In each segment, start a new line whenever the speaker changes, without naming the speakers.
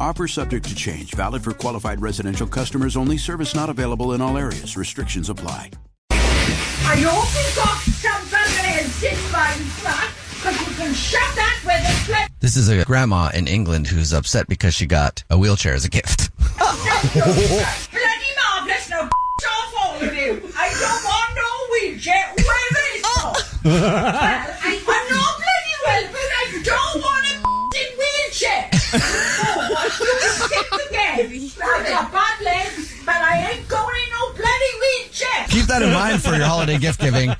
Offer subject to change, valid for qualified residential customers only, service not available in all areas. Restrictions apply.
I hope you got somebody and sit by the clock, because you can shut that with a flip.
This is a grandma in England who's upset because she got a wheelchair as a gift.
Bloody marvellous, now b***h off all of you. I don't want no wheelchair. Where is it? Well, I, I know bloody well, but I don't want a in wheelchair. oh, what you can sit again. I've got bad legs, but I ain't going in no bloody wheelchair.
Keep that in mind for your holiday gift giving.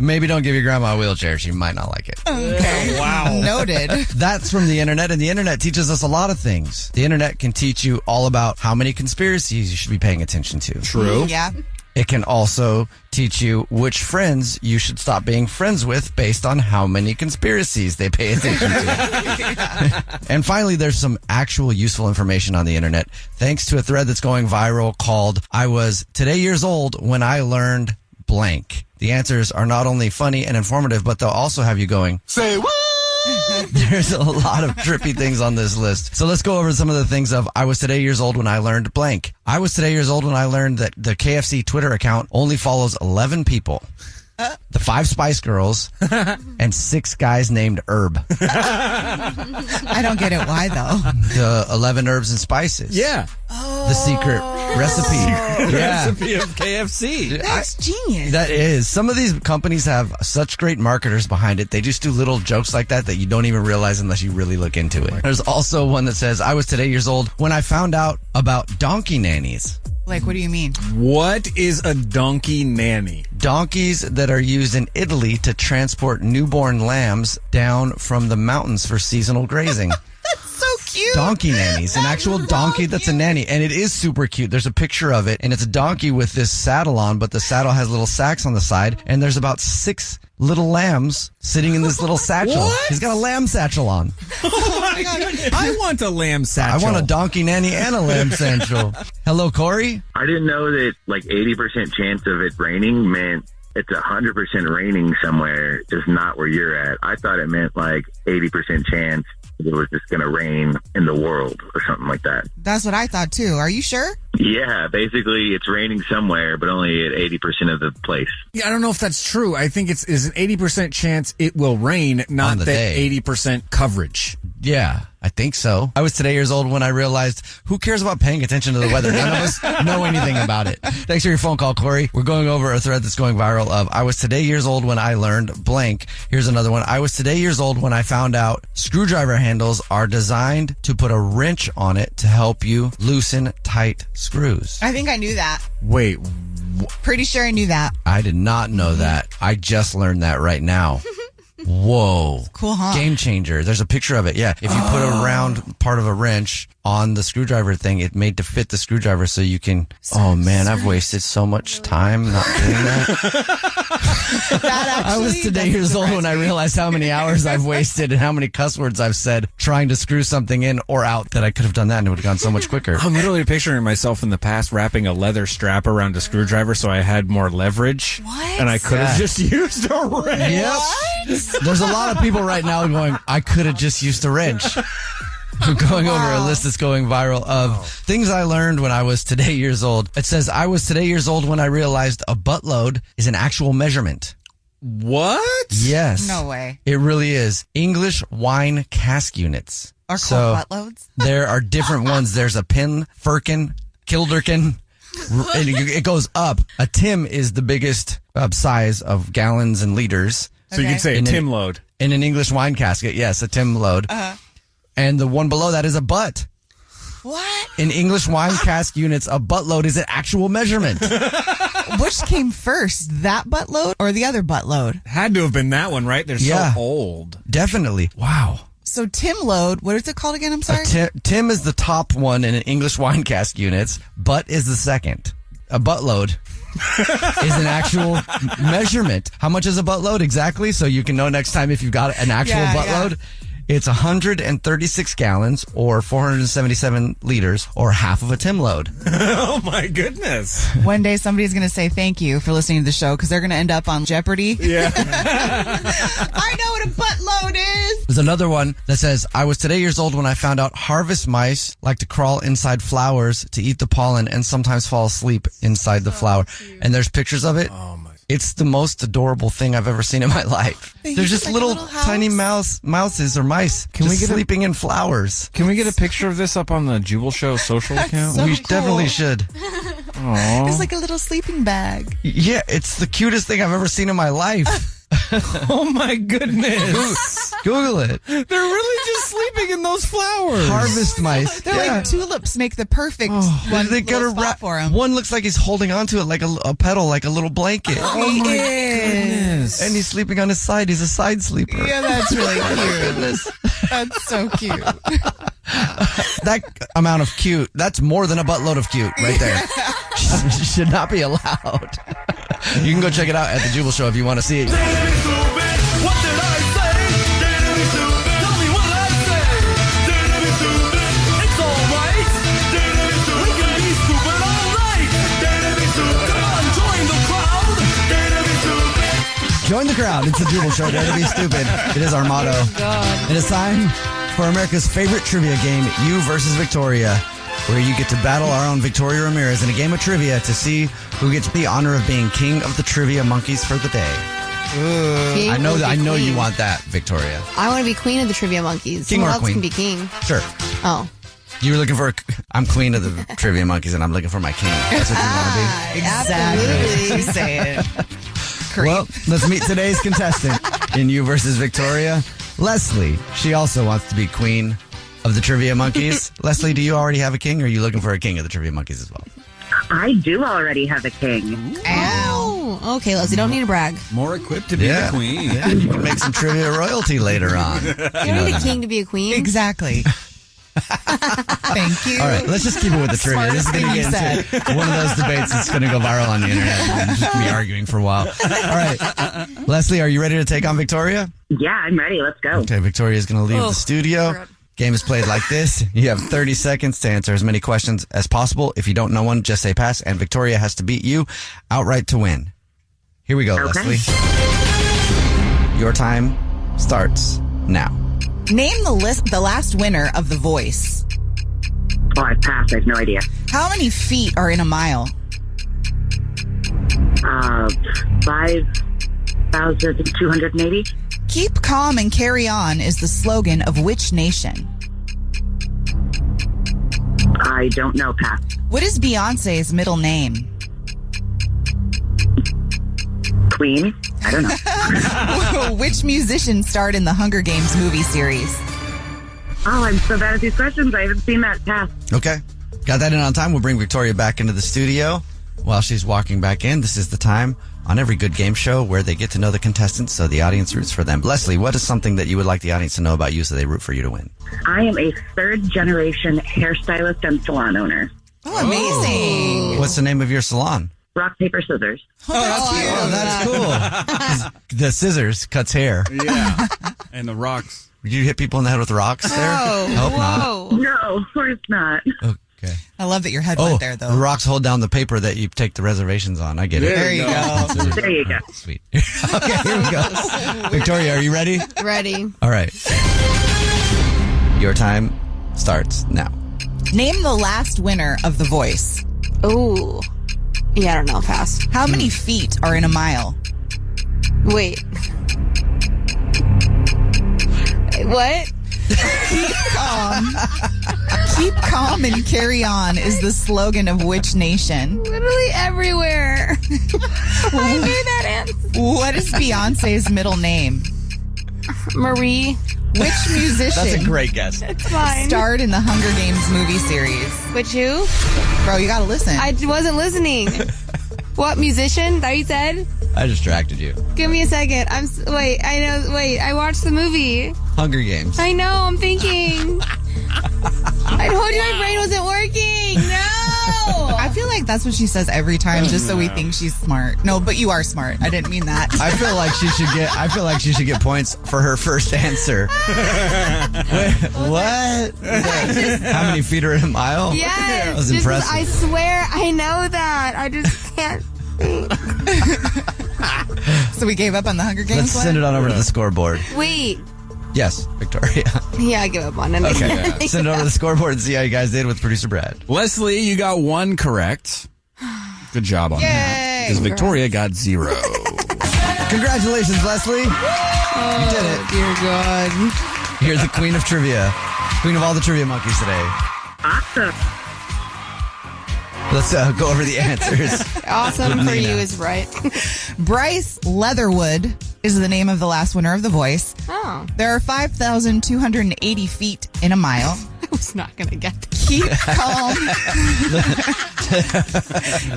Maybe don't give your grandma a wheelchair. She might not like it.
Oh, wow.
Noted.
That's from the internet, and the internet teaches us a lot of things. The internet can teach you all about how many conspiracies you should be paying attention to.
True.
Yeah.
It can also teach you which friends you should stop being friends with based on how many conspiracies they pay attention to. and finally, there's some actual useful information on the internet thanks to a thread that's going viral called I was today years old when I learned blank. The answers are not only funny and informative, but they'll also have you going,
Say what?
there's a lot of trippy things on this list. So let's go over some of the things of I was today years old when I learned blank. I was today years old when I learned that the KFC Twitter account only follows 11 people. The five Spice Girls and six guys named Herb.
I don't get it. Why though?
The 11 herbs and spices.
Yeah.
The secret
Oh.
recipe. yeah.
Recipe of KFC.
That's genius.
That is. Some of these companies have such great marketers behind it. They just do little jokes like that that you don't even realize unless you really look into it. There's also one that says, I was today years old when I found out about donkey nannies.
Like, what do you mean?
What is a donkey nanny?
Donkeys that are used in Italy to transport newborn lambs down from the mountains for seasonal grazing.
So cute.
donkey nannies. An
I
actual
love
donkey that's a
you.
nanny. And it is super cute. There's a picture of it. And it's a donkey with this saddle on, but the saddle has little sacks on the side. And there's about six little lambs sitting in this little satchel.
What?
He's got a lamb satchel on.
I want a lamb
I
satchel.
want a donkey nanny and a lamb satchel. Hello, Corey.
I didn't know that like 80% chance of it raining meant it's 100% raining somewhere, just not where you're at. I thought it meant like 80% chance that it was just going to rain in the world or something like that.
That's what I thought too. Are you sure?
Yeah, basically it's raining somewhere, but only at 80% of the place.
Yeah, I don't know if that's true. I think it's is an eighty percent chance it will rain,
On
not
the
that
day.
eighty percent coverage.
Yeah, I think so. I was today years old when I realized who cares about paying attention to the weather? None of us know anything about it. Thanks for your phone call, Corey. We're going over a thread that's going viral of I was today years old when I learned blank. Here's another one. I was today years old when I found out screwdriver handles are designed to put a wrench on it to help you loosen tight screws.
I think I knew that.
Wait,
Pretty sure I knew that.
I did not
Mm-hmm.
know that. I just learned that right now. Whoa.
Cool, huh? Oh.
Game changer. There's a picture of it. Yeah. If you put a round part of a wrench on the screwdriver thing, it made to fit the screwdriver so you can. oh man, I've wasted so much time not doing that. I was today years old when I realized how many hours I've wasted and how many cuss words I've said trying to screw something in or out that I could have done that and it would have gone so much quicker.
I'm literally picturing myself in the past wrapping a leather strap around a screwdriver so I had more leverage.
What?
And I could have
Yeah.
just used a wrench.
Yep. There's a lot of people right now going, I could have just used a wrench. I'm going over a list that's going viral of things I learned when I was today years old. It says, I was today years old when I realized a buttload is an actual measurement.
What?
Yes.
No way.
It really is. English wine cask units.
Are called
So-
buttloads?
there are different ones. There's a pin, firkin, kilderkin. r- And it it goes up. A tim is the biggest uh, size of gallons and liters
So you
Okay.
could say a
And then-
Tim load.
in an English wine casket. Yes, a tim load. And the one below that is a butt.
What?
In English wine cask units, a butt load is an actual measurement.
Which came first, that buttload or the other buttload?
Had to have been that one, right? They're
Yeah.
so old.
Definitely. Wow.
So Tim load, what is it called again? I'm
A
sorry.
Tim, Tim is the top one in English wine cask units. Butt is the second. A buttload is an actual measurement. How much is a buttload exactly? So you can know next time if you've got an actual
Yeah,
buttload. It's 136 gallons or 477 liters or half of a Tim load.
Oh my goodness.
One day somebody's going to say thank you for listening to the show because they're going to end up on Jeopardy.
Yeah.
I know what a buttload is.
There's another one that says, I was today years old when I found out harvest mice like to crawl inside flowers to eat the pollen and sometimes fall asleep inside the flower. And there's pictures of it. Oh my. It's the most adorable thing I've ever seen in my life.
They
There's
use
just
like a
little,
little house?
tiny mouse, mouses or mice Can just
we get a-
sleeping in flowers.
Can we get a picture of this up on the Jubal Show social account?
So
we
cool.
definitely should.
It's like a little sleeping bag.
Yeah, it's the cutest thing I've ever seen in my life.
oh my goodness.
Google it.
They're really just sleeping in those flowers.
Harvest mice.
They're
Yeah. Oh,
like tulips make the perfect one
they got a
little
wrap
spot for 'em.
One looks like he's holding onto it like a, a petal, like a little blanket.
Oh my goodness.
And he's sleeping on his side. He's a side sleeper.
Yeah, that's really cute.
Goodness.
That's so cute.
That amount of cute, that's more than a buttload of cute right there. Should not be allowed. You can go check it out at the Jubal Show if you want to see it. Join the crowd. It's the Jubal Show. Dare to be stupid. It is our motto.
Oh,
It is time for America's favorite trivia game, You versus Victoria, where you get to battle our own Victoria Ramirez in a game of trivia to see who gets the honor of being king of the trivia monkeys for the day. I know that. I know you want that, Victoria.
I want to be queen of the trivia monkeys.
King
Uh, Someone
or
else
queen?
can be king.
Sure.
Oh,
You were looking for. A, I'm queen of the trivia monkeys, and I'm looking for my king. That's what you
Ah,
want to be.
Exactly. You say it.
Well, let's meet today's contestant in You versus Victoria, Leslie. She also wants to be queen of the trivia monkeys. Leslie, do you already have a king, or are you looking for a king of the trivia monkeys as well?
I do already have a king.
Ow.
oh, okay, Leslie. Don't need to brag.
More equipped to be
Yeah.
the queen.
Yeah, you can make some trivia royalty later on.
You don't need a king to be a queen.
Exactly. Thank you.
All right, let's just keep it with the trivia. This is going to get into one of those debates that's going to go viral on the internet. We're just gonna be arguing for a while. All right, Leslie, are you ready to take on Victoria?
Yeah, I'm ready. Let's go.
Okay, Victoria's going to leave
Oh,
the studio.
crap.
Game is played like this. You have 30 seconds to answer as many questions as possible. If you don't know one, just say pass, and Victoria has to beat you outright to win. Here we go,
Okay.
Leslie. Your time starts now.
Name the list the last winner of The Voice.
Oh, I passed. I have no idea.
How many feet are in a mile?
Uh, 5,280.
Keep calm and carry on is the slogan of which nation?
I don't know, Pat.
What is Beyonce's middle name?
Queen? I don't know.
which musician starred in the Hunger Games movie series?
Oh, I'm so bad at these questions. I haven't seen that pass.
Okay. Got that in on time. We'll bring Victoria back into the studio. While she's walking back in, this is the time on every good game show where they get to know the contestants so the audience roots for them. Leslie, what is something that you would like the audience to know about you so they root for you to win?
I am a third generation hairstylist and salon owner.
Oh, amazing.
What's the name of your salon?
Rock, paper, scissors.
Oh,
The scissors cuts hair.
Yeah. and the rocks.
Would you hit people in the head with rocks there?
Oh,
Hope not.
No, of course not.
Okay.
I love that your head
Oh,
went there,
the
though.
rocks hold down the paper that you take the reservations on. I get it. Oh,
There you There you go. go. There you go.
Sweet. okay, here we go. Victoria, are you ready?
Ready.
All right. Your time starts now.
Name the last winner of The Voice. Ooh. Yeah, I don't know. Pass. How many feet are in a mile?
Hmm. Wait. What?
Keep calm. Keep calm and carry on is the slogan of which nation?
Literally everywhere. I knew that answer.
What is Beyonce's middle name?
Marie.
Which musician?
guess.
It's fine.
Starred in the Hunger Games movie series.
But you?
Bro, you gotta listen.
I wasn't listening. what musician? That you said?
I distracted you.
Give me a second. I'm s- wait. I know. Wait. I watched the movie.
Hunger Games.
I know. I'm thinking. I told you my brain wasn't working. No.
I feel like that's what she says every time, just so we
No.
think she's smart. No, but you are smart. I didn't mean that.
I feel like she should get. I feel like she should get points for her first answer. Wait, what? How many feet are in a mile?
Yes.
that was
this is-
impressive.
I swear. I know that. I just can't.
so we gave up on the Hunger Games.
Let's send it on over to the scoreboard.
Wait.
Yes, Victoria.
Yeah, I give up on it.
Okay, send it over to the scoreboard and see how you guys did with producer Brad.
Leslie, you got one correct. Good job on that. Because Victoria got zero.
Congratulations, Leslie. you did it. Dear God. You're the queen of trivia, queen of all the trivia monkeys today.
Awesome.
Let's uh, go over the answers.
Awesome
with
for
Nina.
you
is right.
Bryce Leatherwood is the name of the last winner of The Voice.
Oh.
There are 5,280 feet in a mile.
I was not gonna get that.
Keep calm.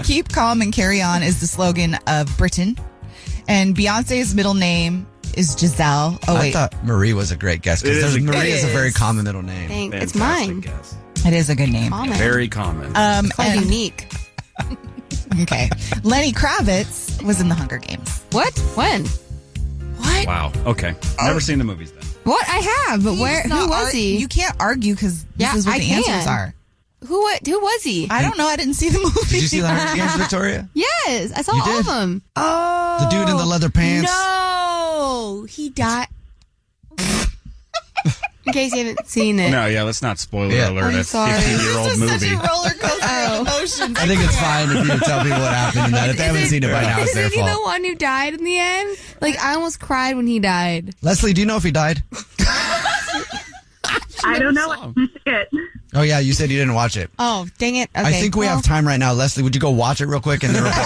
Keep calm and carry on is the slogan of Britain. And Beyonce's middle name is Giselle. Oh,
I
wait.
thought Marie was a great guess
It is
because
a-
Marie
it
is a very
is.
common middle name.
Thank- it's Fantastic mine. It is a good name.
Common.
Very common.
Um,
Quite unique.
okay. Lenny Kravitz was in the Hunger Games.
What? When? What?
wow. Okay. Never seen the movies then.
What I have, but
You
where?
just
Who
not
was
ar-
he?
You can't argue because this
Yeah,
is what
I
the
can.
answers are.
Who? What? Who was he?
I don't know. I didn't see the movie.
Did you see the Hunger Games, Victoria?
Yes, I saw
You
all
did?
of them. Oh,
The dude in the leather pants.
Oh,
No, he died. in case you haven't seen it,
No, yeah, let's not spoiler
Yeah.
alert.
I'm
That's
sorry.
a 15 year old movie.
Oh.
emotions.
I think it's fine if you tell people what happened and that. If they haven't seen it by now, it's
Isn't
their
he the
fault.
one who died in the end? Like I almost cried when he died.
Leslie, do you know if he died?
I don't know. I missed it.
Oh, yeah, you said you didn't watch it.
Oh, dang it! Okay,
I think we
well-
have time right now. Leslie, would you go watch it real quick and then report?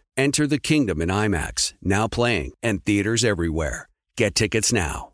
Enter the kingdom in IMAX, now playing, and theaters everywhere. Get tickets now.